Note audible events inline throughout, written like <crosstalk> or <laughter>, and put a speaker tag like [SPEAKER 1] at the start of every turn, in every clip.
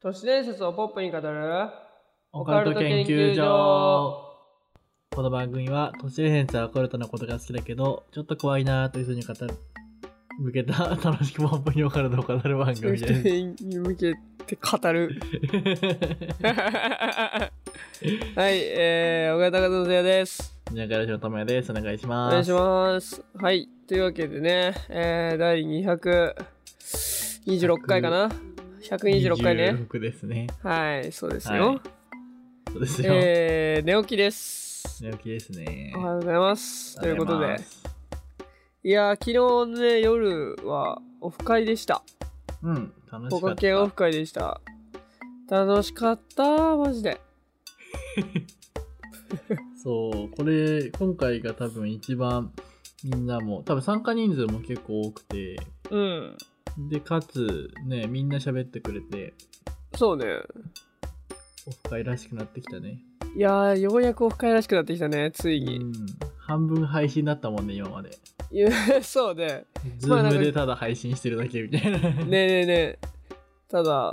[SPEAKER 1] 都市伝説をポップに語る
[SPEAKER 2] オカルト研究所この番組は都市伝説やオカルトのことが好きだけどちょっと怖いなというふうに語る向けた楽しくポップにオカルトを語る番
[SPEAKER 1] <laughs>
[SPEAKER 2] 組です
[SPEAKER 1] に向けて語る <laughs> はいえー、小型和也です
[SPEAKER 2] 宮川の智也ですお願いし
[SPEAKER 1] お
[SPEAKER 2] ます
[SPEAKER 1] 願いしますはいというわけでね、えー、第226回かな126回ね
[SPEAKER 2] 26ですね
[SPEAKER 1] はいそうですよ、
[SPEAKER 2] はいそうですよ、
[SPEAKER 1] えー、寝起きです
[SPEAKER 2] 寝起きですね
[SPEAKER 1] おはようございますということで
[SPEAKER 2] ありがございます
[SPEAKER 1] いやー昨日ね夜はオフ会でした
[SPEAKER 2] うん楽
[SPEAKER 1] ポ
[SPEAKER 2] しか
[SPEAKER 1] カ
[SPEAKER 2] っ
[SPEAKER 1] 系オ
[SPEAKER 2] た
[SPEAKER 1] フ会でした。楽しかった、マジで。
[SPEAKER 2] そうこれ今回が多分一番みんなも多分参加人数も結構多くて
[SPEAKER 1] うん。
[SPEAKER 2] でかつねみんな喋ってくれて
[SPEAKER 1] そうね。
[SPEAKER 2] オフ会らしくなってきたね。
[SPEAKER 1] いやー、ようやくオフ会らしくなってきたね、ついうに。
[SPEAKER 2] ん、半分配信だったもんね、今まで。
[SPEAKER 1] いや <laughs> そうね。
[SPEAKER 2] ズ
[SPEAKER 1] まあ
[SPEAKER 2] ー
[SPEAKER 1] なんか
[SPEAKER 2] ムでただ配信してるだけみたいな。
[SPEAKER 1] ねえねえねえ。ただ、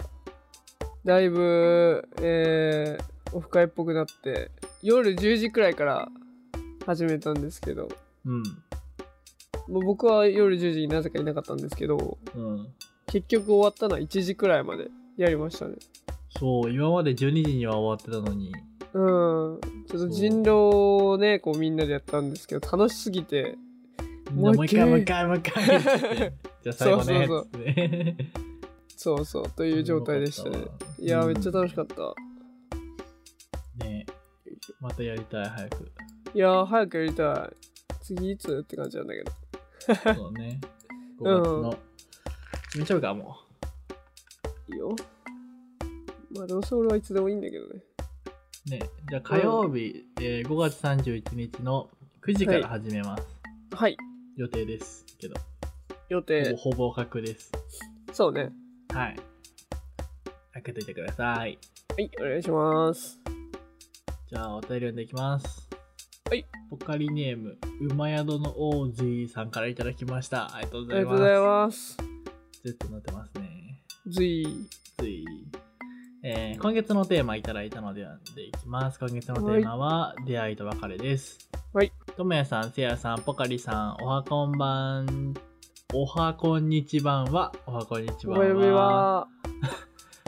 [SPEAKER 1] だいぶ、えー、オフ会っぽくなって、夜10時くらいから始めたんですけど、
[SPEAKER 2] <laughs> うん。
[SPEAKER 1] もう僕は夜10時になぜかいなかったんですけど、
[SPEAKER 2] うん。
[SPEAKER 1] 結局終わったのは1時くらいまでやりましたね。
[SPEAKER 2] そう、今まで12時には終わってたのに。
[SPEAKER 1] うん、ちょっと人狼をねこうみんなでやったんですけど楽しすぎて
[SPEAKER 2] みんな
[SPEAKER 1] も
[SPEAKER 2] も
[SPEAKER 1] う
[SPEAKER 2] う
[SPEAKER 1] 一
[SPEAKER 2] 一
[SPEAKER 1] 回
[SPEAKER 2] 回、もう一回、もう一回っつ
[SPEAKER 1] <laughs>
[SPEAKER 2] って。じゃあ最後ね。
[SPEAKER 1] そう
[SPEAKER 2] つ <laughs> っ
[SPEAKER 1] そうそ
[SPEAKER 2] て
[SPEAKER 1] うという状態でしたね。いやめっちゃ楽しかった、
[SPEAKER 2] た。ねまたやりたい、
[SPEAKER 1] <laughs>
[SPEAKER 2] 早く。
[SPEAKER 1] いやー早くやりたい次いつって感じなんだけど
[SPEAKER 2] そうね。5
[SPEAKER 1] うん
[SPEAKER 2] 月の。決めちゃうか、も
[SPEAKER 1] いいよまあどうせ俺はいつでもいいんだけどね
[SPEAKER 2] う。ねじゃあ火曜日、えー5月31日の9時から始めます。
[SPEAKER 1] はい
[SPEAKER 2] 予定ですけど。
[SPEAKER 1] 予定
[SPEAKER 2] ほぼほぼ確です。
[SPEAKER 1] そうね
[SPEAKER 2] はい。開けといてください。
[SPEAKER 1] はいお願いします
[SPEAKER 2] じゃあ、お便り読んでいきます。
[SPEAKER 1] はい。
[SPEAKER 2] ポカリネーム、馬宿のオージーさんからいただきました。ありがとうご
[SPEAKER 1] あ
[SPEAKER 2] ざ
[SPEAKER 1] り
[SPEAKER 2] い
[SPEAKER 1] がとうご
[SPEAKER 2] ます。
[SPEAKER 1] ざいます
[SPEAKER 2] ずっとなってますね。
[SPEAKER 1] 随
[SPEAKER 2] つい。えー今月のテーマいただいたので読んでいきます。今月のテーマは、出会いと別れです。
[SPEAKER 1] はい。
[SPEAKER 2] ともやさん、せやさん、ポカリさん、おはこんばん、おはこんにちばんは、おはこんにち
[SPEAKER 1] お
[SPEAKER 2] ばん
[SPEAKER 1] 呼びは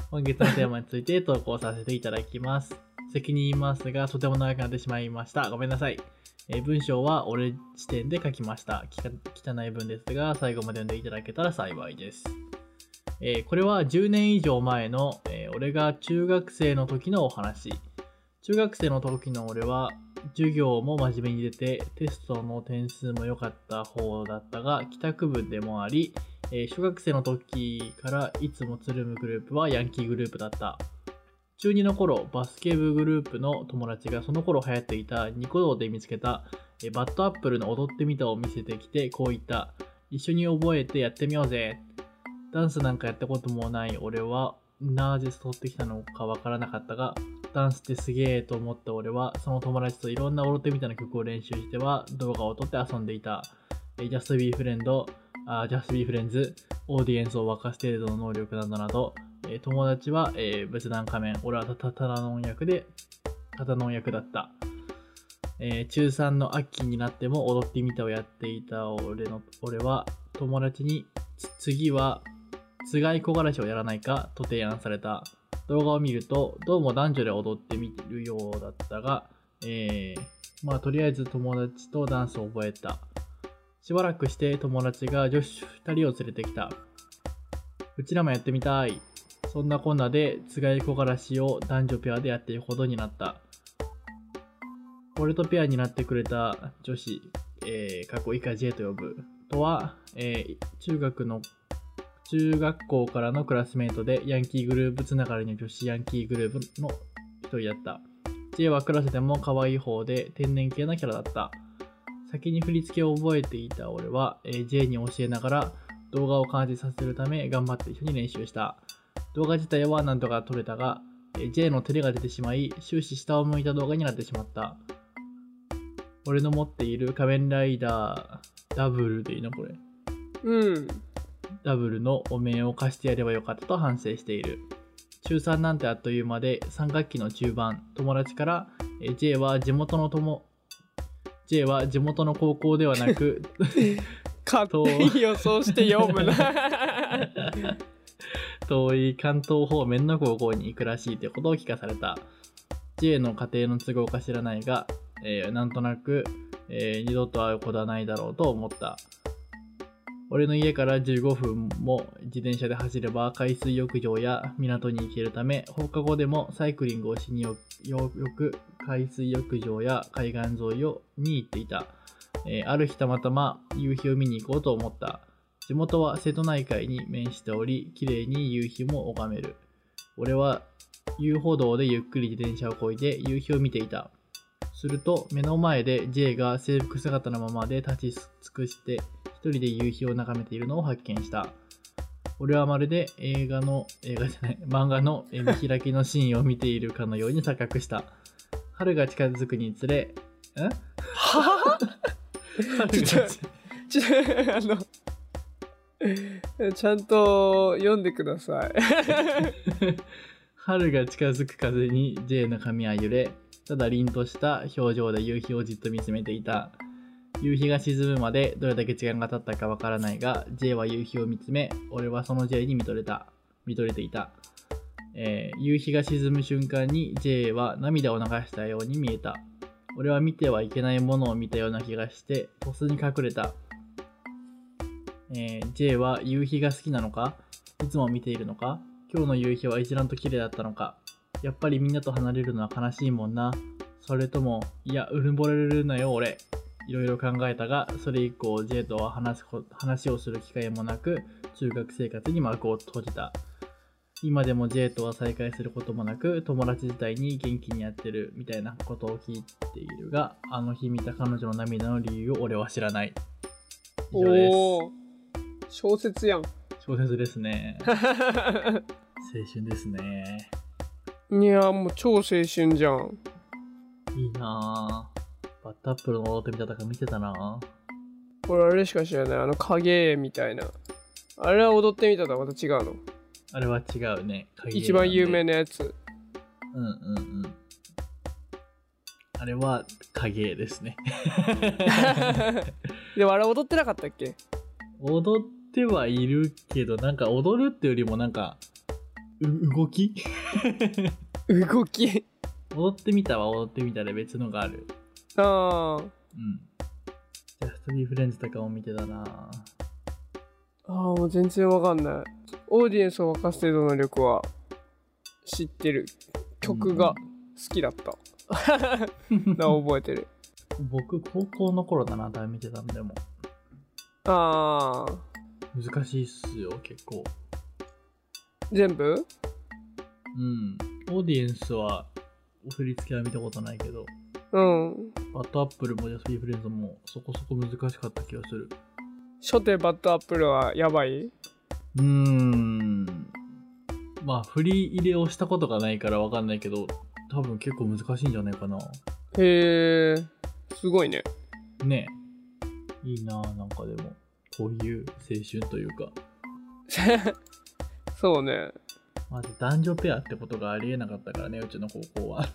[SPEAKER 2] 今月のテーマについて投稿させていただきます。責任言いますが、とても長くなってしまいました。ごめんなさい。えー文章は俺視点で書きました。きか汚い文ですが、最後まで読んでいただけたら幸いです。えーこれは10年以上前の、えー俺が中学生の時のお話。中学生の時の俺は、授業も真面目に出て、テストの点数も良かった方だったが、帰宅部でもあり、えー小学生の時からいつもつるむグループはヤンキーグループだった中2の頃バスケ部グループの友達がその頃流行っていたニコ動で見つけた、えーバッドアップルの踊ってみたを見せてきてこう言った一緒に覚えてやってみようぜダンスなんかやったこともない俺はなぜ取ってきたのかわからなかったがダンスってすげえと思った俺はその友達といろんな踊ってみたの曲を練習しては動画を撮って遊んでいたえージャストビーフレンドあジャストビーフレンズオーディエンスを沸かす程度の能力などなど、えー友達は、えー仏壇仮面俺はたたただの役でただの役だった、えー中3の秋になっても踊ってみたをやっていた俺の俺は友達につ次はつがい木枯らしをやらないかと提案された動画を見るとどうも男女で踊ってみるようだったが、えーまあとりあえず友達とダンスを覚えたしばらくして友達が女子2人を連れてきた。うちらもやってみたい。そんなこんなで、つがいこがらしを男女ペアでやっていくことになった。俺とペアになってくれた女子、えー、過去以下 J と呼ぶ。とは、えー中学の、中学校からのクラスメートで、ヤンキーグループつながりの女子ヤンキーグループの一人だった。J はクラスでも可愛い方で、天然系なキャラだった。先に振り付けを覚えていた俺は、えー J に教えながら動画を完成させるため頑張って一緒に練習した動画自体は何とか撮れたが、えー J の照れが出てしまい終始下を向いた動画になってしまった俺の持っている仮面ライダーダブルでいいのこれ
[SPEAKER 1] うん <laughs>
[SPEAKER 2] ダブルのお面を貸してやればよかったと反省している中3なんてあっという間で3学期の中盤友達からえー J は地元の友 J は地元の高校ではなく
[SPEAKER 1] 勝手に予想して読 <laughs> むな
[SPEAKER 2] 遠い関東方面の高校に行くらしいということを聞かされた J の家庭の都合か知らないが、えーなんとなく、えー二度と会うことはないだろうと思った俺の家から15分も自転車で走れば海水浴場や港に行けるため放課後でもサイクリングをしによよく海水浴場や海岸沿いをに行っていた、えーある日たまたま夕日を見に行こうと思った地元は瀬戸内海に面しており綺麗に夕日も拝める俺は遊歩道でゆっくり自転車をこいで夕日を見ていたすると目の前で J が制服姿のままで立ち尽くして一人で夕日を眺めているのを発見した俺はまるで映画の映画じゃない漫画のえー見開きのシーンを見ているかのように錯覚した春が近づくにつれん
[SPEAKER 1] は
[SPEAKER 2] 春が近づく
[SPEAKER 1] ちょあのちゃんと読んでください
[SPEAKER 2] 春が近づく風に J の髪は揺れただ凛とした表情で夕日をじっと見つめていた夕日が沈むまでどれだけ時間が経ったかわからないが J は夕日を見つめ俺はその J に見とれた見とれていた、えー夕日が沈む瞬間に J は涙を流したように見えた俺は見てはいけないものを見たような気がしてポスに隠れた、えー J は夕日が好きなのかいつも見ているのか今日の夕日は一段と綺麗だったのかやっぱりみんなと離れるのは悲しいもんなそれともいやうぬぼれるなよ俺いろいろ考えたがそれ以降 J とは話すこ話をする機会もなく中学生活に幕を閉じた今でも J とは再会することもなく友達自体に元気にやってるみたいなことを聞いているがあの日見た彼女の涙の理由を俺は知らない以上です
[SPEAKER 1] おー小説やん
[SPEAKER 2] 小説ですね青春ですね
[SPEAKER 1] いやもう超青春じゃん
[SPEAKER 2] いいなぁ。バッタップルの踊ってみたとか見てたなぁ。
[SPEAKER 1] 俺あれしか知らないあの影絵みたいなあれは踊ってみたとはまた違うの
[SPEAKER 2] あれは違うね。鍵
[SPEAKER 1] 一番有名
[SPEAKER 2] な。
[SPEAKER 1] なや
[SPEAKER 2] <laughs>
[SPEAKER 1] つ
[SPEAKER 2] うんうんうん。あれは影絵ですね。
[SPEAKER 1] でもあれ踊ってなかったっけ
[SPEAKER 2] 踊ってはいるけど、なんか踊るってよりもなんか、う動き
[SPEAKER 1] 動き
[SPEAKER 2] 踊ってみたは踊ってみたで別のがある。
[SPEAKER 1] あー
[SPEAKER 2] うん。ジャストビーフレンズとかも見てたなぁ。
[SPEAKER 1] あーもう全然わかんないオーディエンスを沸かす程度の力は知ってる曲が好きだった、
[SPEAKER 2] うん。
[SPEAKER 1] な覚えてる
[SPEAKER 2] 僕、高校の頃だな、多分見てたんでも。
[SPEAKER 1] ああ
[SPEAKER 2] 難しいっすよ、結構。
[SPEAKER 1] 全部
[SPEAKER 2] うん。オーディエンスは、振り付けは見たことないけど、
[SPEAKER 1] うん
[SPEAKER 2] バットアップルもジャスピーフレンズもそこそこ難しかった気がする。
[SPEAKER 1] 初手バッドアップルはやばいう
[SPEAKER 2] ーん。まあ、振り入れをしたことがないからわかんないけど、多分結構難しいんじゃないかな。
[SPEAKER 1] へえすごいね <laughs>
[SPEAKER 2] ねえ。いいなぁ、なんかでも。こういう青春というか。
[SPEAKER 1] そうね
[SPEAKER 2] まず男女ペアってことがありえなかったからね、うちの高校は。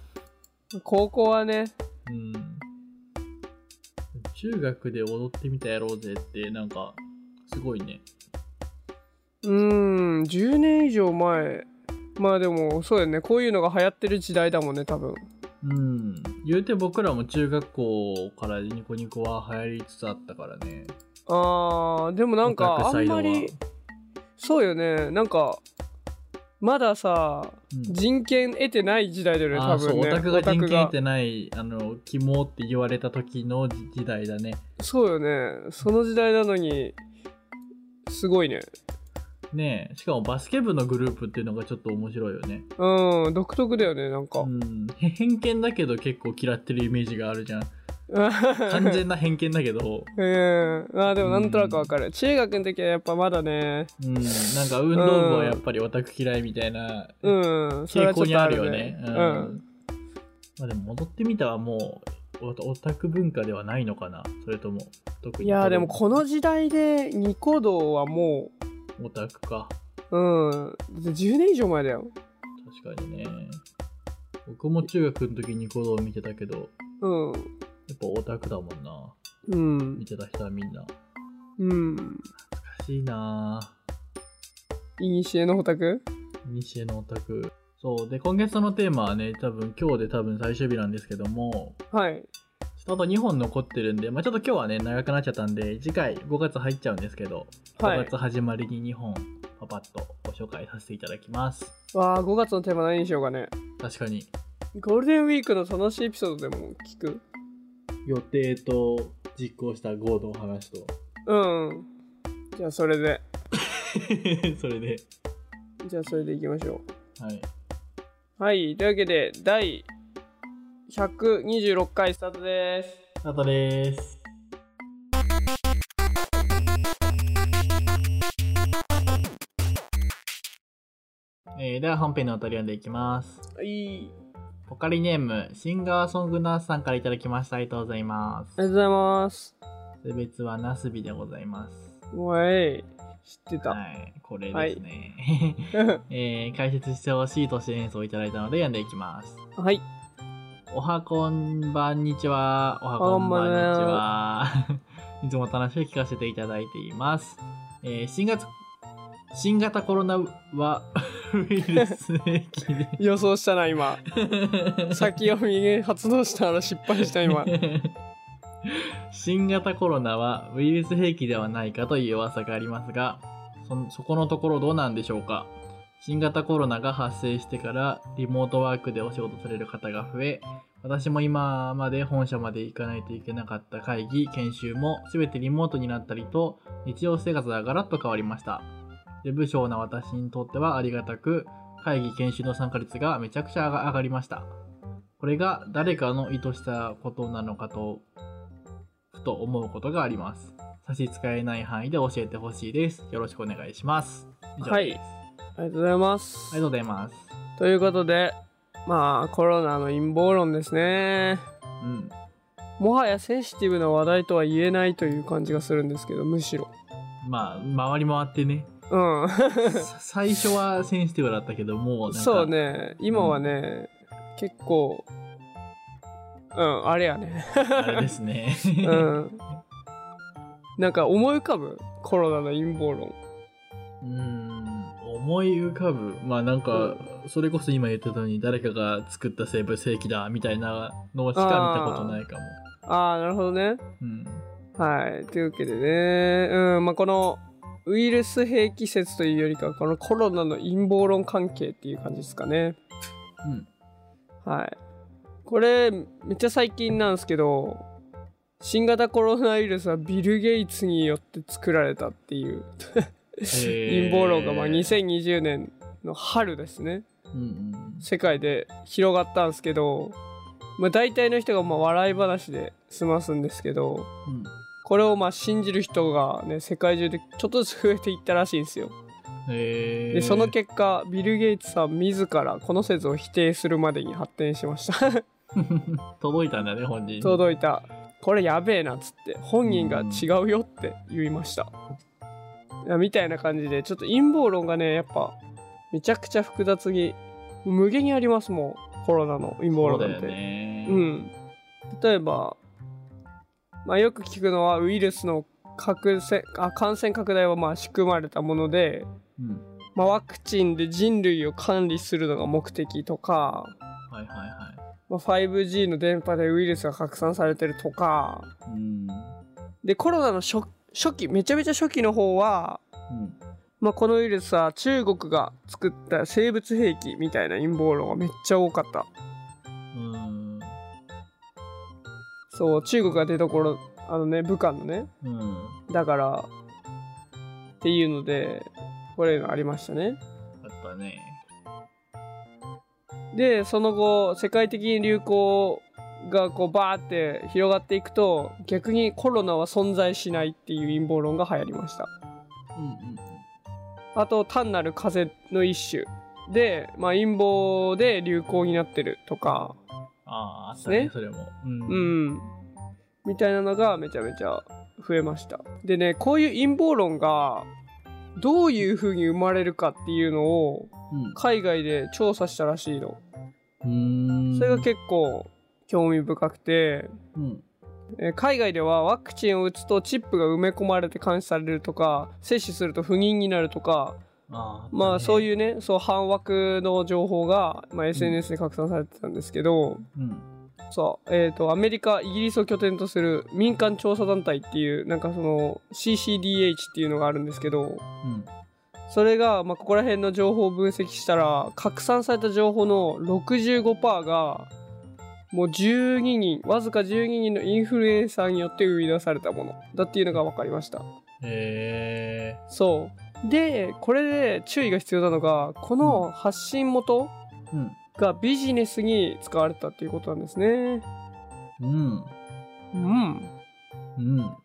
[SPEAKER 1] 高校はね
[SPEAKER 2] うん。中学で踊ってみたやろうぜって、なんか、すごいね。
[SPEAKER 1] うーん10年以上前まあでもそうだよねこういうのが流行ってる時代だもんね多分
[SPEAKER 2] うん。言うて僕らも中学校からニコニコは流行りつつあったからね。
[SPEAKER 1] あーでもなん
[SPEAKER 2] オ
[SPEAKER 1] か
[SPEAKER 2] タク
[SPEAKER 1] あ
[SPEAKER 2] サ
[SPEAKER 1] ん
[SPEAKER 2] イド
[SPEAKER 1] ま
[SPEAKER 2] は
[SPEAKER 1] りそうよねなんかまださ
[SPEAKER 2] うん
[SPEAKER 1] 人権得てない時代だよね
[SPEAKER 2] あ
[SPEAKER 1] 多
[SPEAKER 2] あ、そ
[SPEAKER 1] 分
[SPEAKER 2] う、オ
[SPEAKER 1] ね
[SPEAKER 2] タクが人権
[SPEAKER 1] オタ
[SPEAKER 2] 得てない、あの、肝って言われた時の時時代だね。
[SPEAKER 1] そうよねその時代なのにすごいね
[SPEAKER 2] ねえ、しかもバスケ部のグループっていうのがちょっと面白いよね。
[SPEAKER 1] うん独特だよねなんか、 <laughs>
[SPEAKER 2] うん。へ偏見だけど結構嫌ってるイメージがあるじゃん。完
[SPEAKER 1] 完
[SPEAKER 2] 全な偏見だけど、
[SPEAKER 1] うん、あーでもなんとなくわかる、中学の時はやっぱまだね
[SPEAKER 2] うん。なんか運動部はやっぱりオタク嫌いみたいな
[SPEAKER 1] うんそれ
[SPEAKER 2] 傾
[SPEAKER 1] はちょ
[SPEAKER 2] 向
[SPEAKER 1] っ
[SPEAKER 2] に
[SPEAKER 1] と
[SPEAKER 2] あるよね。
[SPEAKER 1] う
[SPEAKER 2] うん
[SPEAKER 1] ん、
[SPEAKER 2] まあでも戻ってみたはもうオタオタク文化ではないのかなそれとも特に
[SPEAKER 1] いやーでもこの時代でニコ動はも
[SPEAKER 2] オタクか
[SPEAKER 1] ううんだって10年以上前だよ
[SPEAKER 2] 確かにね。僕も中学の時ニコ動見てたけど、
[SPEAKER 1] うん。
[SPEAKER 2] やっぱオタクだもんな。
[SPEAKER 1] うん
[SPEAKER 2] 見。てた人はみんな。
[SPEAKER 1] うん。
[SPEAKER 2] おかしいなぁ。
[SPEAKER 1] いにしえのオタク
[SPEAKER 2] 西へのオタク。そう。で、今月のテーマはね、多分今日で多分最終日なんですけども、
[SPEAKER 1] はい。
[SPEAKER 2] ちょっとあと2本残ってるんで、まあちょっと今日はね、長くなっちゃったんで、次回5月入っちゃうんですけど、
[SPEAKER 1] は
[SPEAKER 2] 5
[SPEAKER 1] い
[SPEAKER 2] 月。始まりに2本、パパッとご紹介させていただきます。
[SPEAKER 1] わあ、5月のテーマ何にしようかね。
[SPEAKER 2] 確かに、
[SPEAKER 1] ゴールデンウィークの楽しいエピソードでも聞く
[SPEAKER 2] 予定と実行した合同話と、
[SPEAKER 1] うん。じゃあそれで。
[SPEAKER 2] <laughs> それで、
[SPEAKER 1] じゃあそれでいきましょ
[SPEAKER 2] はい。
[SPEAKER 1] う。はい。というわけで、第126回スタートです。
[SPEAKER 2] スタートです。えー、では本編のお取り読んでいきます。
[SPEAKER 1] はい。
[SPEAKER 2] ポカリネーム、シンガーソングナースさんからいただきました。ありがとうございま
[SPEAKER 1] あり
[SPEAKER 2] す。
[SPEAKER 1] がとうございます。
[SPEAKER 2] 性別はナスビでございます。
[SPEAKER 1] おい。知ってた。
[SPEAKER 2] はい、これですね。 <laughs> えー解説してほしい都市演奏をいただいたので読んでいきます。
[SPEAKER 1] はい。
[SPEAKER 2] おはこんばんにちは。おはこ
[SPEAKER 1] こ
[SPEAKER 2] ん
[SPEAKER 1] ん
[SPEAKER 2] ば
[SPEAKER 1] ば
[SPEAKER 2] ん
[SPEAKER 1] ん
[SPEAKER 2] にち
[SPEAKER 1] は
[SPEAKER 2] は。いつも楽しく聞かせていただいています。えー新型新型コロナは <laughs> ウイルス影
[SPEAKER 1] <laughs>
[SPEAKER 2] 響で。
[SPEAKER 1] 予想したな、今。先読み発動したら失敗した、 <laughs> 今。
[SPEAKER 2] 新型コロナはウイルス兵器ではないかという噂がありますがそそこのところどうなんでしょうか新型コロナが発生してからリモートワークでお仕事される方が増え私も今まで本社まで行かないといけなかった会議研修も全てリモートになったりと日常生活がガラッと変わりましたで武将な私にとってはありがたく会議研修の参加率がめちゃくちゃ上が上がりましたこれが誰かの意図したことなのかとふと思うことがあります差し支えない範囲で教えてほしいですよろしくお願いします以上
[SPEAKER 1] はい
[SPEAKER 2] です、
[SPEAKER 1] ありがとうございま
[SPEAKER 2] あ
[SPEAKER 1] す
[SPEAKER 2] りがとう。ございます
[SPEAKER 1] ということで、まあ、コロナの陰謀論ですね。
[SPEAKER 2] うん
[SPEAKER 1] もはやセンシティブな話題とは言えないという感じがするんですけど、むしろ。
[SPEAKER 2] まあ回り回っ
[SPEAKER 1] <laughs>
[SPEAKER 2] てね
[SPEAKER 1] うん。
[SPEAKER 2] さ最初はセンシティブだったけどもうなんか
[SPEAKER 1] そうね、今はね、結構、うん、あれやね。
[SPEAKER 2] あれですね
[SPEAKER 1] <laughs> うん。なんか思い浮かぶコロナの陰謀論。
[SPEAKER 2] うん思い浮かぶまあなんかそれこそ今言ってたのに誰かが作った生物兵器だみたいなのしか見たことないかも
[SPEAKER 1] ああ、なるほどね。
[SPEAKER 2] うん
[SPEAKER 1] はい。というわけでね、うん、まあ、この、ウイルス兵器説というよりかは、このコロナの陰謀論関係っていう感じですかね。
[SPEAKER 2] うん
[SPEAKER 1] はい。これ、めっちゃ最近なんですけど、新型コロナウイルスはビル・ゲイツによって作られたっていう <laughs> 陰謀論が、まあ、2020年の春ですね、
[SPEAKER 2] うんうん
[SPEAKER 1] 世界で広がったんですけど、まあ、大体の人がまあ笑い話で済ますんですけど、
[SPEAKER 2] うん
[SPEAKER 1] これをまあ信じる人がね、世界中でちょっとずつ増えていったらしいんですよ。
[SPEAKER 2] えー
[SPEAKER 1] で、その結果、ビル・ゲイツさん自らこの説を否定するまでに発展しました。
[SPEAKER 2] 届いたんだね本人に
[SPEAKER 1] 届いたこれやべえなっつって本人が違うよって言いました、いやみたいな感じでちょっと陰謀論がねやっぱめちゃくちゃ複雑に無限にありますもんコロナの陰謀
[SPEAKER 2] そ
[SPEAKER 1] 論
[SPEAKER 2] うだ
[SPEAKER 1] なん
[SPEAKER 2] よ
[SPEAKER 1] て
[SPEAKER 2] ね
[SPEAKER 1] うん例えば、まあ、よく聞くのはウイルスの拡散あ感染拡大はまあ仕組まれたもので、
[SPEAKER 2] うん
[SPEAKER 1] まあ、ワクチンで人類を管理するのが目的とか、
[SPEAKER 2] はいはいは
[SPEAKER 1] まあ、5G の電波でウイルスが拡散されてるとか
[SPEAKER 2] いうん
[SPEAKER 1] でコロナの初初期めちゃめちゃ初期の方は、
[SPEAKER 2] うん
[SPEAKER 1] まあ、このウイルスは中国が作った生物兵器みたいな陰謀論がめっちゃ多かった
[SPEAKER 2] うん
[SPEAKER 1] そう中国が出どころあのね武漢のね
[SPEAKER 2] うん
[SPEAKER 1] だからっていうのでこれがありましたね
[SPEAKER 2] あったね
[SPEAKER 1] でその後世界的に流行がこうバーって広がっていくと逆にコロナは存在しないっていう陰謀論が流行りました
[SPEAKER 2] うんうん
[SPEAKER 1] あと単なる風邪の一種で、まあ、陰謀で流行になってるとか、
[SPEAKER 2] あああったね
[SPEAKER 1] ね
[SPEAKER 2] それもうん
[SPEAKER 1] うん、みたいなのがめちゃめちゃ増えました。でねこういう陰謀論がどういう風に生まれるかっていうのを
[SPEAKER 3] うん
[SPEAKER 1] 海外で調査したらしいの。
[SPEAKER 3] うーん
[SPEAKER 1] それが結構興味深くて、
[SPEAKER 3] うん
[SPEAKER 1] えー海外ではワクチンを打つとチップが埋め込まれて監視されるとか接種すると不妊になるとか
[SPEAKER 2] あー
[SPEAKER 1] まあそう
[SPEAKER 2] う。
[SPEAKER 1] いうねそう反枠の情報が、まあ、SNS で拡散されてたんですけど、
[SPEAKER 3] うん
[SPEAKER 1] そうえー、とアメリカイギリスを拠点とする民間調査団体っていうなんかその CCDH っていうのがあるんですけど
[SPEAKER 3] うん
[SPEAKER 1] それが、まあ、ここら辺の情報を分析したら拡散された情報の65%がもう12人わずか12人のインフルエンサーによって生み出されたものだっていうのが分かりました
[SPEAKER 2] へ
[SPEAKER 1] そうでこれで注意が必要なのがこの発信元
[SPEAKER 3] うん
[SPEAKER 1] がビジネスに使われたっていうことなんですね
[SPEAKER 3] うん
[SPEAKER 1] うん
[SPEAKER 3] うん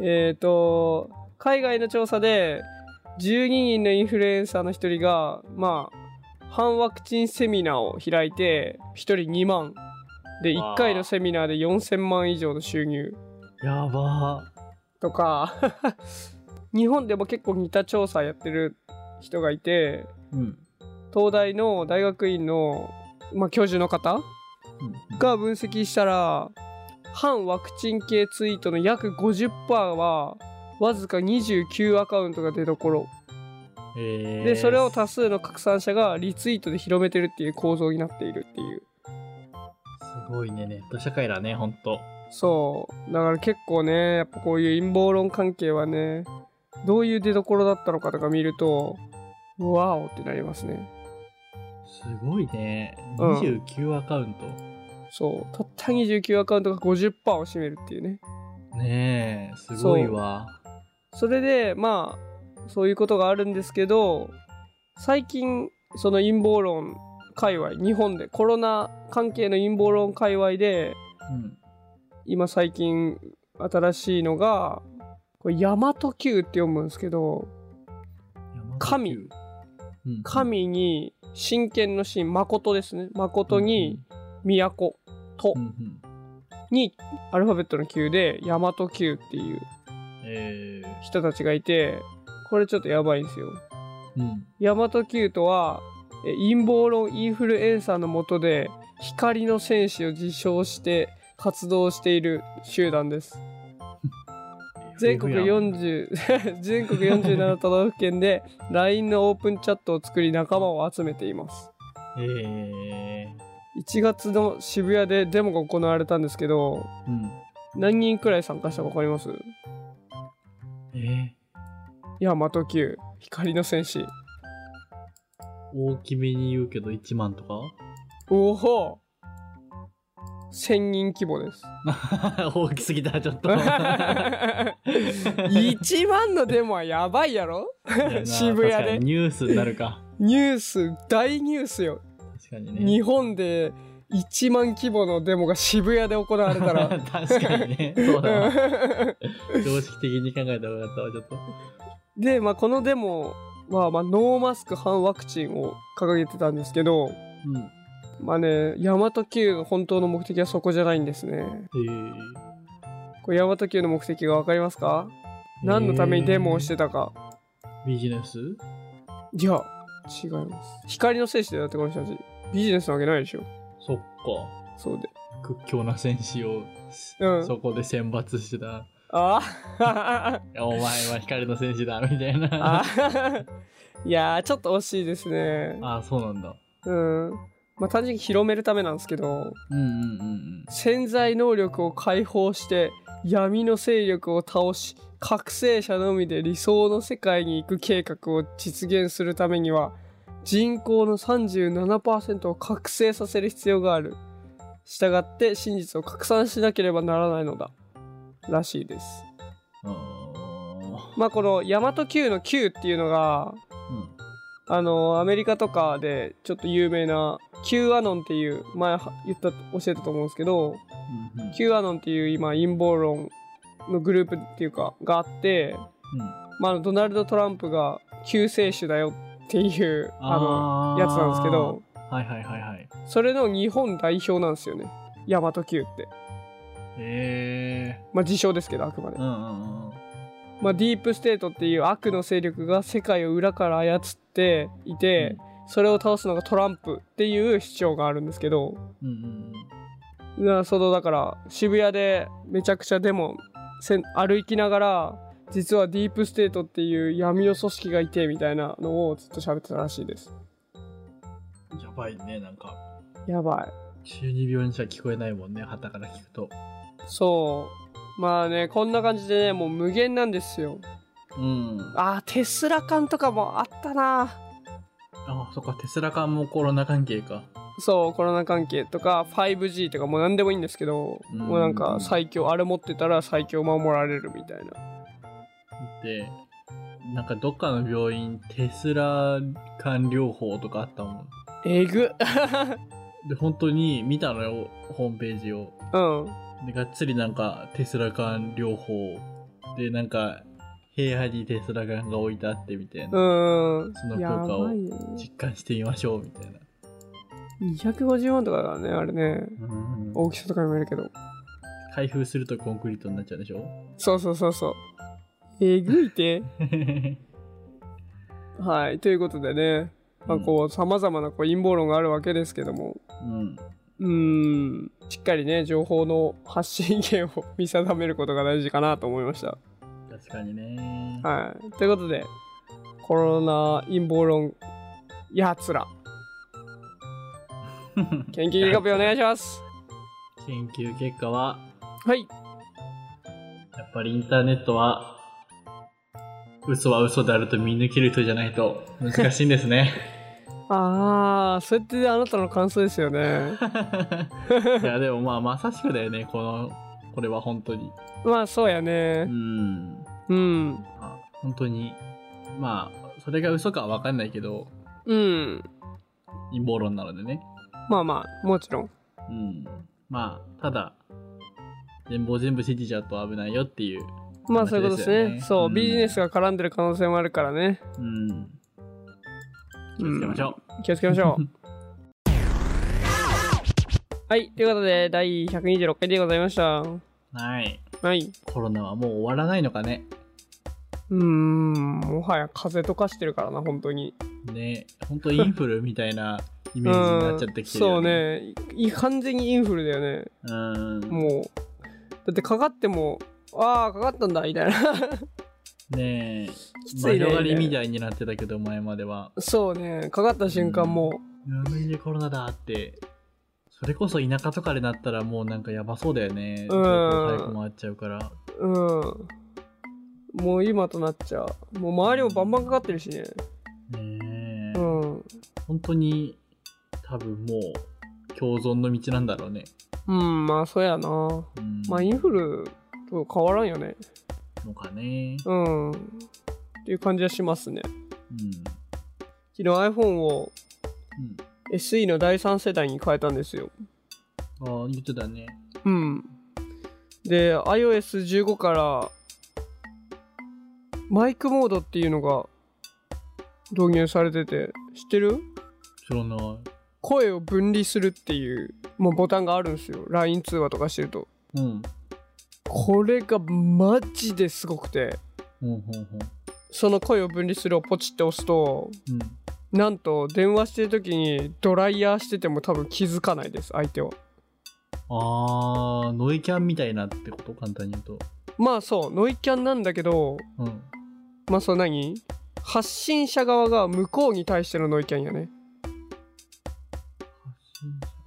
[SPEAKER 1] えっ、と海外の調査で12人のインフルエンサーの1人がまあ反ワクチンセミナーを開いて1人2万で
[SPEAKER 2] わあ
[SPEAKER 1] 1回のセミナーで4000万以上の収入
[SPEAKER 2] え。やばー。
[SPEAKER 1] とか <laughs> 日本でも結構似た調査やってる人がいて
[SPEAKER 3] うん
[SPEAKER 1] 東大の大学院の、まあ、教授の方
[SPEAKER 3] うん
[SPEAKER 1] が分析したら反ワクチン系ツイートの約50%はわずか29アカウントが出どころ
[SPEAKER 2] へえ。
[SPEAKER 1] でそれを多数の拡散者がリツイートで広めてるっていう構造になっているっていう
[SPEAKER 2] すごいね、ネット社会だね、ほんと。
[SPEAKER 1] そうだから結構ねやっぱこういう陰謀論関係はねどういう出どころだったのかとか見るとワオってなりますね
[SPEAKER 2] すごいね。
[SPEAKER 1] うん
[SPEAKER 2] 29アカウント。
[SPEAKER 1] そうたった29アカウントが50%を占めるっていうね
[SPEAKER 2] ねえ、すごいわ。
[SPEAKER 1] それでまあそういうことがあるんですけど最近その陰謀論界隈日本でコロナ関係の陰謀論界隈で
[SPEAKER 3] うん
[SPEAKER 1] 今最近新しいのがこれ大和宮って読むんですけど
[SPEAKER 2] 山口
[SPEAKER 1] 神
[SPEAKER 2] うん
[SPEAKER 3] うん
[SPEAKER 1] 神に真剣の神誠ですね誠に都と
[SPEAKER 3] うんうん
[SPEAKER 1] にアルファベットの宮で大和宮っていう
[SPEAKER 2] えー
[SPEAKER 1] 人たちがいてこれちょっとやばいんですよ。
[SPEAKER 3] うん
[SPEAKER 1] ヤマトキュートはえ陰謀論インフルエンサーの下で光の戦士を自称して活動している集団です全国
[SPEAKER 2] FF やん
[SPEAKER 1] 40 <laughs> 全国47都道府県で LINE のオープンチャットを作り仲間を集めています
[SPEAKER 2] え
[SPEAKER 1] 1月の渋谷でデモが行われたんですけど
[SPEAKER 3] うん
[SPEAKER 1] 何人くらい参加したか分かります
[SPEAKER 2] ー、え
[SPEAKER 1] ヤマトキュー光の戦士
[SPEAKER 2] ー、大きめに言うけど1万と
[SPEAKER 1] おお1000人規模です
[SPEAKER 2] か <laughs> 大きすぎた、
[SPEAKER 1] <laughs>
[SPEAKER 2] ちょっと。
[SPEAKER 1] 1万のデモはやばいやろ
[SPEAKER 2] だよな
[SPEAKER 1] 渋谷で
[SPEAKER 2] 確かにニュースになるか。
[SPEAKER 1] ニュース大ニュースよ、
[SPEAKER 2] 確かにね。
[SPEAKER 1] 日本で1万規模のデモが渋谷で行われたら
[SPEAKER 2] <laughs> 確かに
[SPEAKER 1] <laughs>
[SPEAKER 2] ね。そうだわ。常識的に考えた方がよかったわ、ちょっと。
[SPEAKER 1] で、まあ、このデモは、まあ、ノーマスク反ワクチンを掲げてたんですけど
[SPEAKER 3] うん
[SPEAKER 1] まあね大和級の本当の目的はそこじゃないんですね
[SPEAKER 2] えー
[SPEAKER 1] これ大和級の目的が分かりますか何のためにデモをしてたか、
[SPEAKER 2] ビジネス
[SPEAKER 1] いや違います光の戦士だよだってこの人たちビジネスなわけないでしょ
[SPEAKER 2] そっか。
[SPEAKER 1] そうで
[SPEAKER 2] 屈強な戦士を、
[SPEAKER 1] うん
[SPEAKER 2] そこで選抜してた。
[SPEAKER 1] ああ
[SPEAKER 2] いやお前は光の戦士だ、みたいな。
[SPEAKER 1] <laughs> あーいやーちょっと惜しいですね
[SPEAKER 2] ああ、そうなんだ。
[SPEAKER 1] うんまあ単純に広めるためなんですけど
[SPEAKER 3] うんうんうん
[SPEAKER 1] 潜在能力を解放して闇の勢力を倒し覚醒者のみで理想の世界に行く計画を実現するためには人口の37%を覚醒させる必要がある従って真実を拡散しなければならないのだらしいです
[SPEAKER 3] うんあ
[SPEAKER 1] まあこの大和級の級っていうのが
[SPEAKER 3] ーうん
[SPEAKER 1] あのアメリカとかでちょっと有名な Q アノンっていう前は言った教えたと思うんですけど
[SPEAKER 3] うんうん
[SPEAKER 1] Q アノンっていう今陰謀論のグループっていうかがあって、まああの、ドナルド・トランプが救世主だよっていうあの
[SPEAKER 2] あー
[SPEAKER 1] やつなんですけど
[SPEAKER 2] はいはいはいはい
[SPEAKER 1] それの日本代表なんですよね大和 Q って
[SPEAKER 2] ええ
[SPEAKER 1] まあ自称ですけどあくまで
[SPEAKER 3] うんうんうん
[SPEAKER 1] まあ、ディープステートっていう悪の勢力が世界を裏から操っていて、それを倒すのがトランプっていう主張があるんですけど
[SPEAKER 3] うんうん
[SPEAKER 1] なそのだから渋谷でめちゃくちゃでも歩きながら実はディープステートっていう闇の組織がいてみたいなのをずっと喋ってたらしいです
[SPEAKER 2] やばいね、なんか。
[SPEAKER 1] やばい
[SPEAKER 2] 中二病にしか聞こえないもんね、旗から聞くと。
[SPEAKER 1] そうまあねこんな感じでねもう無限なんですよ
[SPEAKER 3] うんうん
[SPEAKER 1] あーテスラ缶とかもあったな
[SPEAKER 3] あそっかテスラ缶もコロナ関係か
[SPEAKER 1] そうコロナ関係とか 5G とかもう何でもいいんですけど
[SPEAKER 3] うん
[SPEAKER 1] もうなんか最強あれ持ってたら最強守られるみたいな
[SPEAKER 3] でなんかどっかの病院テスラ缶療法とかあったもん
[SPEAKER 1] えぐ
[SPEAKER 3] で本当に見たのよホームページを
[SPEAKER 1] うん
[SPEAKER 3] でがっつりなんかテスラ缶療法でなんか部屋にテスラ缶が置いてあってみたいな、
[SPEAKER 1] うん
[SPEAKER 3] その
[SPEAKER 1] や
[SPEAKER 3] 効果を
[SPEAKER 1] ばいね
[SPEAKER 3] 実感してみましょうみたいな
[SPEAKER 1] 250万とかだねあれね大きさとかにもよるけど
[SPEAKER 3] 開封するとコンクリートになっちゃうでしょ
[SPEAKER 1] そうそうそうそうえぐいてはいということでねまあこうさまざまなこう陰謀論があるわけですけども
[SPEAKER 3] うん
[SPEAKER 1] うーんしっかりね情報の発信源を <laughs> 見定めることが大事かなと思いました。
[SPEAKER 3] 確かにね
[SPEAKER 1] はい、ということでコロナ陰謀論やつら研究結果発表お願いします。
[SPEAKER 2] 研究結果は、
[SPEAKER 1] はい
[SPEAKER 2] やっぱりインターネットは、嘘は嘘であると見抜ける人じゃないと難しいんですね。
[SPEAKER 1] ああそれってあなたの感想ですよね。
[SPEAKER 2] いや、でもまあ、まさしくだよね、この、これは本当に。
[SPEAKER 1] まあそうや
[SPEAKER 3] う
[SPEAKER 1] ね。
[SPEAKER 3] ん
[SPEAKER 1] うん
[SPEAKER 2] まあ本当に、まあ、それが嘘かは分かんないけど、
[SPEAKER 1] うん
[SPEAKER 2] 陰謀論なのでね。
[SPEAKER 1] まあまあもちろん
[SPEAKER 3] うん
[SPEAKER 2] まあ、ただ、全貌全部信じちゃうと危ないよっていう。
[SPEAKER 1] まあそういうことですね。
[SPEAKER 2] 話ですよね
[SPEAKER 1] そう、
[SPEAKER 3] うん
[SPEAKER 1] ビジネスが絡んでる可能性もあるからね。
[SPEAKER 3] うん
[SPEAKER 2] 気をつけましょ
[SPEAKER 1] 気をつけましょう。
[SPEAKER 2] <laughs>
[SPEAKER 1] はい、ということで、第126回でございました。
[SPEAKER 2] う。はい。
[SPEAKER 1] はい。
[SPEAKER 2] コロナはもう終わらないのかね。
[SPEAKER 1] うーん、もはや風邪とかしてるからな、本当に。
[SPEAKER 2] ね、本当インフルみたい
[SPEAKER 1] <laughs>
[SPEAKER 2] なイメージになっちゃってきてるよ
[SPEAKER 1] う
[SPEAKER 2] ね。
[SPEAKER 1] んそうねい。完全にインフルだよね。
[SPEAKER 2] うん。
[SPEAKER 1] もう。だってかかっても、ああ、かかったんだ、みたいな。 <laughs>
[SPEAKER 2] ねえ、
[SPEAKER 1] きつ
[SPEAKER 2] 魔
[SPEAKER 1] いね。
[SPEAKER 2] 女狩りみたいになってたけど、前までは。
[SPEAKER 1] そうね。かかった瞬間もう、
[SPEAKER 2] やめにコロナだって。それこそ田舎とかでなったらもうなんかやばそうだよね。
[SPEAKER 1] うん
[SPEAKER 2] 早く回っちゃうから。
[SPEAKER 1] うん。もう今となっちゃう。もう周りもバンバンかかってるしね。
[SPEAKER 2] ねえ、
[SPEAKER 1] うん。
[SPEAKER 2] 本当に多分もう共存の道なんだろうね。
[SPEAKER 1] うん、まあそうやな。
[SPEAKER 2] うん、
[SPEAKER 1] まあインフルと変わらんよね。
[SPEAKER 2] のかね。
[SPEAKER 1] うん。っていう感じはしますね。
[SPEAKER 3] うん
[SPEAKER 1] 昨日 iPhone を SE の第3世代に変えたんですよ。
[SPEAKER 3] ああ言ってたね
[SPEAKER 1] うん。で、iOS15 からマイクモードっていうのが導入されてて、知ってる
[SPEAKER 3] 知らない
[SPEAKER 1] 声を分離するっていう、まあ、ボタンがあるんですよ LINE 通話とかしてると
[SPEAKER 3] うん
[SPEAKER 1] これがマジですごくて
[SPEAKER 3] ほんほんほん
[SPEAKER 1] その声を分離するをポチって押すと
[SPEAKER 3] うん
[SPEAKER 1] なんと電話してる時にドライヤーしてても多分気づかないです相手は
[SPEAKER 3] あーノイキャンみたいなってこと簡単に言うと
[SPEAKER 1] まあそうノイキャンなんだけど
[SPEAKER 3] うん
[SPEAKER 1] まあそう何発信者側が向こうに対してのノイキャンやね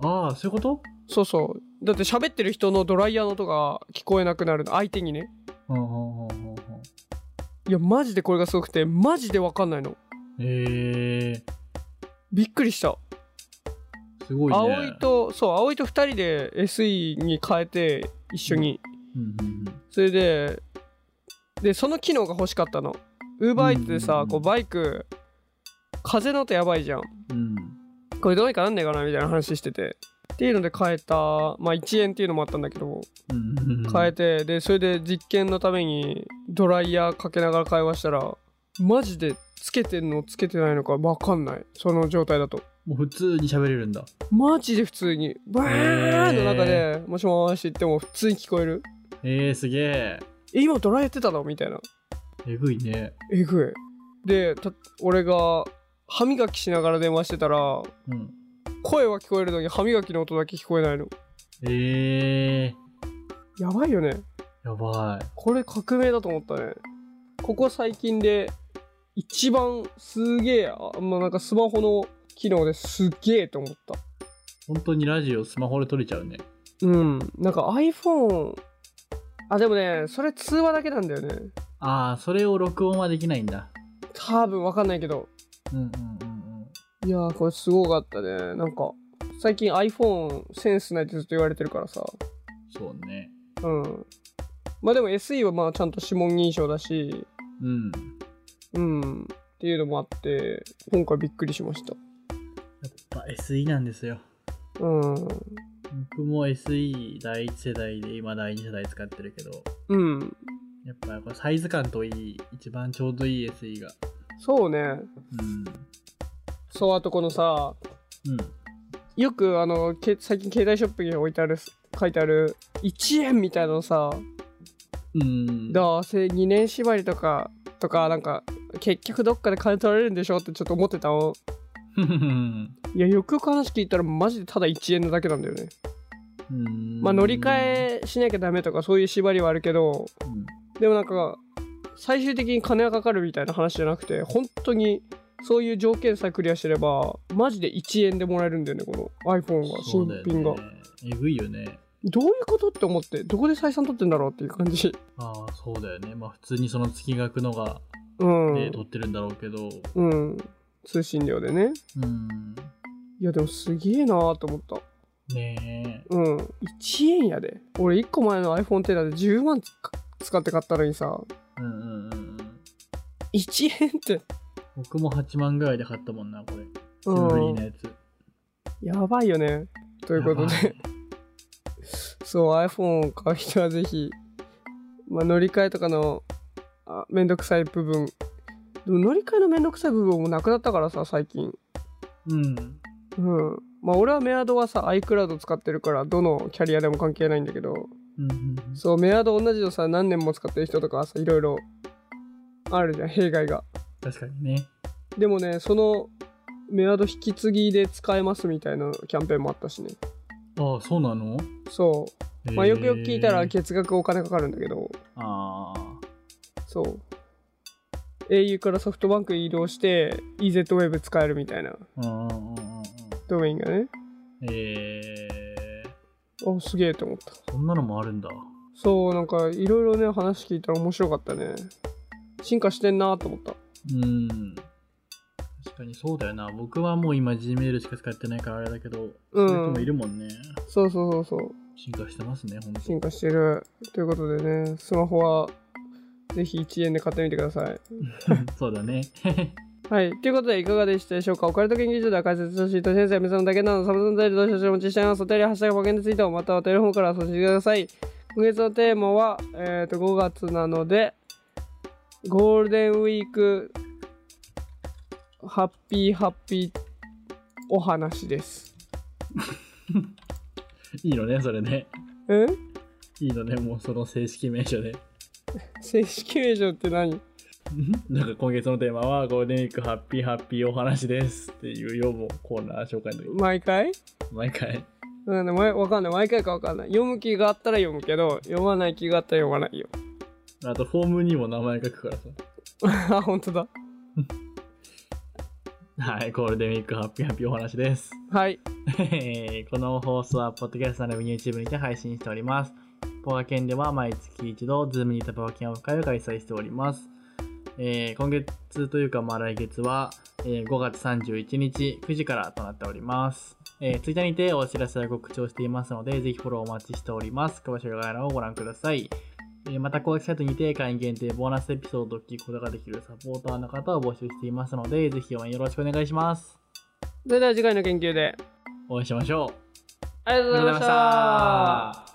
[SPEAKER 3] ああそういうこと
[SPEAKER 1] そうそうだって喋ってる人のドライヤーの音が聞こえなくなるの相手にね
[SPEAKER 3] うんうんうんうんうん
[SPEAKER 1] いやマジでこれがすごくてマジで分かんないの
[SPEAKER 3] へえ
[SPEAKER 1] びっくりした
[SPEAKER 3] すごいね
[SPEAKER 1] 葵とそう葵と2人で SE に変えて一緒に、
[SPEAKER 3] うんうん
[SPEAKER 1] それででその機能が欲しかったの UberEats で
[SPEAKER 3] うんうん
[SPEAKER 1] さ
[SPEAKER 3] うん
[SPEAKER 1] こうバイク風の音やばいじゃん
[SPEAKER 3] うん
[SPEAKER 1] これどうにかなんねえかなみたいな話しててっていうので変えたまあ1円っていうのもあったんだけど
[SPEAKER 3] うんうんうん
[SPEAKER 1] 変えてでそれで実験のためにドライヤーかけながら会話したらマジでつけてんのつけてないのか分かんないその状態だと
[SPEAKER 3] もう普通に喋れるんだ
[SPEAKER 1] マジで普通にバーンの中で「もしもーし」って言っても普通に聞こえる
[SPEAKER 3] えー、すげえ
[SPEAKER 1] 「え今ドラやってたの?」みたいな
[SPEAKER 3] えぐいね。
[SPEAKER 1] えぐいでた俺が歯磨きしながら電話してたら
[SPEAKER 3] うん。
[SPEAKER 1] 声は聞こえるのに歯磨きの音だけ聞こえないの
[SPEAKER 3] ええ
[SPEAKER 1] やばいよね
[SPEAKER 3] ー、やばい。
[SPEAKER 1] これ革命だと思ったねここ最近で一番すげえあまあなんかスマホの機能ですっげえと思った
[SPEAKER 3] 本当にラジオスマホで撮れちゃうね。
[SPEAKER 1] うんなんか iPhone あでもねそれ通話だけなんだよね
[SPEAKER 3] ああ、それを録音はできないんだ。
[SPEAKER 1] 多分わかんないけど
[SPEAKER 3] うんうんうん
[SPEAKER 1] いやーこれすごかったねなんか最近 iPhone センスないってずっと言われてるからさ
[SPEAKER 3] うん。そうね。
[SPEAKER 1] うんまあでも SE はまあちゃんと指紋認証だし
[SPEAKER 3] うん。
[SPEAKER 1] うんっていうのもあって今回びっくりしました
[SPEAKER 3] やっぱ SE なんですよ。
[SPEAKER 1] うん
[SPEAKER 3] 僕も SE 第一世代で今第二世代使ってるけど、
[SPEAKER 1] うん
[SPEAKER 3] やっぱこれサイズ感といい、一番ちょうどいい SE が。
[SPEAKER 1] そうね
[SPEAKER 3] うん。
[SPEAKER 1] そうあとこのさ
[SPEAKER 3] うん。
[SPEAKER 1] よくあのけ最近携帯ショップに置いてある書いてある1円みたいなのさ
[SPEAKER 3] うん。
[SPEAKER 1] どうせ2年縛りとかとかなんか結局どっかで金取られるんでしょってちょっと思ってたの
[SPEAKER 3] うん。
[SPEAKER 1] いやよくよく話聞いたらマジでただ1円なだけなんだよねまあ乗り換えしなきゃダメとかそういう縛りはあるけど
[SPEAKER 3] うん。
[SPEAKER 1] でもなんか最終的に金がかかるみたいな話じゃなくて本当にそういう条件さえクリアしてればマジで1円でもらえるんだよねこの iPhone が
[SPEAKER 3] そう
[SPEAKER 1] 新
[SPEAKER 3] だよ
[SPEAKER 1] 品が、
[SPEAKER 3] ね。えぐいよね。
[SPEAKER 1] どういうことって思ってどこで採算取ってんだろうっていう感じ
[SPEAKER 3] ああ、そうだよね。まあ普通にその月額のが、
[SPEAKER 1] うん、
[SPEAKER 3] で撮ってるんだろうけど、
[SPEAKER 1] うん通信料でね
[SPEAKER 3] うん。
[SPEAKER 1] いやでもすげえなーと思った
[SPEAKER 3] ねえ。
[SPEAKER 1] うん1円やで俺1個前の iPhone テラで10万つか使って買ったのにさ
[SPEAKER 3] うんうんうんうん。
[SPEAKER 1] 1円って、
[SPEAKER 3] 僕も8万ぐらいで買ったもんな、これ。
[SPEAKER 1] う
[SPEAKER 3] シンフリー
[SPEAKER 1] ん
[SPEAKER 3] なやつ。
[SPEAKER 1] やばいよねということ
[SPEAKER 3] やば
[SPEAKER 1] で
[SPEAKER 3] い。
[SPEAKER 1] そう iPhone を買う人はぜひ、まあ、乗り換えとかのあめんどくさい部分でも乗り換えのめんどくさい部分もなくなったからさ最近
[SPEAKER 3] うん。
[SPEAKER 1] うんまあ俺はメアドはさ iCloud 使ってるからどのキャリアでも関係ないんだけど
[SPEAKER 3] うんうんうん
[SPEAKER 1] そうメアド同じのさ何年も使ってる人とかはさいろいろあるじゃん弊害が
[SPEAKER 3] 確かにね。
[SPEAKER 1] でもねそのメアド引き継ぎで使えますみたいなキャンペーンもあったしね
[SPEAKER 3] ああ、そうなの
[SPEAKER 1] そうまあ、よくよく聞いたら
[SPEAKER 3] へえ
[SPEAKER 1] 月額お金かかるんだけど
[SPEAKER 3] ああ。
[SPEAKER 1] そう au からソフトバンクに移動して EZWeb 使えるみたいな
[SPEAKER 3] うんうんうんうんうん。
[SPEAKER 1] ドメインがね
[SPEAKER 3] ええ
[SPEAKER 1] おすげえと思った
[SPEAKER 3] そんなのもあるんだ。
[SPEAKER 1] そうなんかいろいろね話聞いたら面白かったね進化してんなと思った
[SPEAKER 3] うん。確かにそうだよな。僕はもう今 Gmail しか使ってないからあれだけど、
[SPEAKER 1] うん
[SPEAKER 3] そういう人もいるもんね。
[SPEAKER 1] そうそうそうそう
[SPEAKER 3] 進化してますね、ほんと。
[SPEAKER 1] 進化してるということでねスマホはぜひ1円で買ってみてください
[SPEAKER 3] <laughs> そうだね。
[SPEAKER 1] はいということでいかがでしたでしょうかオカルト研究所では解説者シート先生皆様だけなど様々なお便りどうしどしお待ちしていますお便りハッシュタグ冒険についてもまたはお便りフォームからお送信ください今月のテーマは、えー、と5月なのでゴールデンウィークハッピーハッピーお話です
[SPEAKER 3] いいのね、それね。
[SPEAKER 1] え
[SPEAKER 3] いいのね、もうその正式名称で。 <laughs>
[SPEAKER 1] 正式名称って何
[SPEAKER 3] なんか今月のテーマはゴールデンウィークハッピーハッピーお話ですっていう要望コーナー紹介の時
[SPEAKER 1] 毎回
[SPEAKER 3] 毎回
[SPEAKER 1] なんで前わかんない毎回かわかんない読む気があったら読むけど読まない気があったら読まないよ <laughs>
[SPEAKER 3] あとフォームにも名前書くからさ
[SPEAKER 1] あ本当だ
[SPEAKER 3] はいゴールデンウィークハッピーハッピーお話です
[SPEAKER 1] はい
[SPEAKER 2] えー <laughs> この放送は、ポッドキャスト並びに YouTube にて配信しております。ポワケンでは毎月一度、ズームにてポワケンオフ会を開催しております。えー今月というか、まあ来月は、えー5月31日9時からとなっております。えー、Twitter にてお知らせや告知をしていますので、ぜひフォローお待ちしております。詳しい概要欄をご覧ください。えーまた、公式サイトにて会員限定ボーナスエピソードを聞くことができるサポーターの方を募集していますので、ぜひ応援よろしくお願いします。
[SPEAKER 1] それでは次回の研究で
[SPEAKER 2] お会いしましょう。
[SPEAKER 1] ありがとうございました。
[SPEAKER 2] た。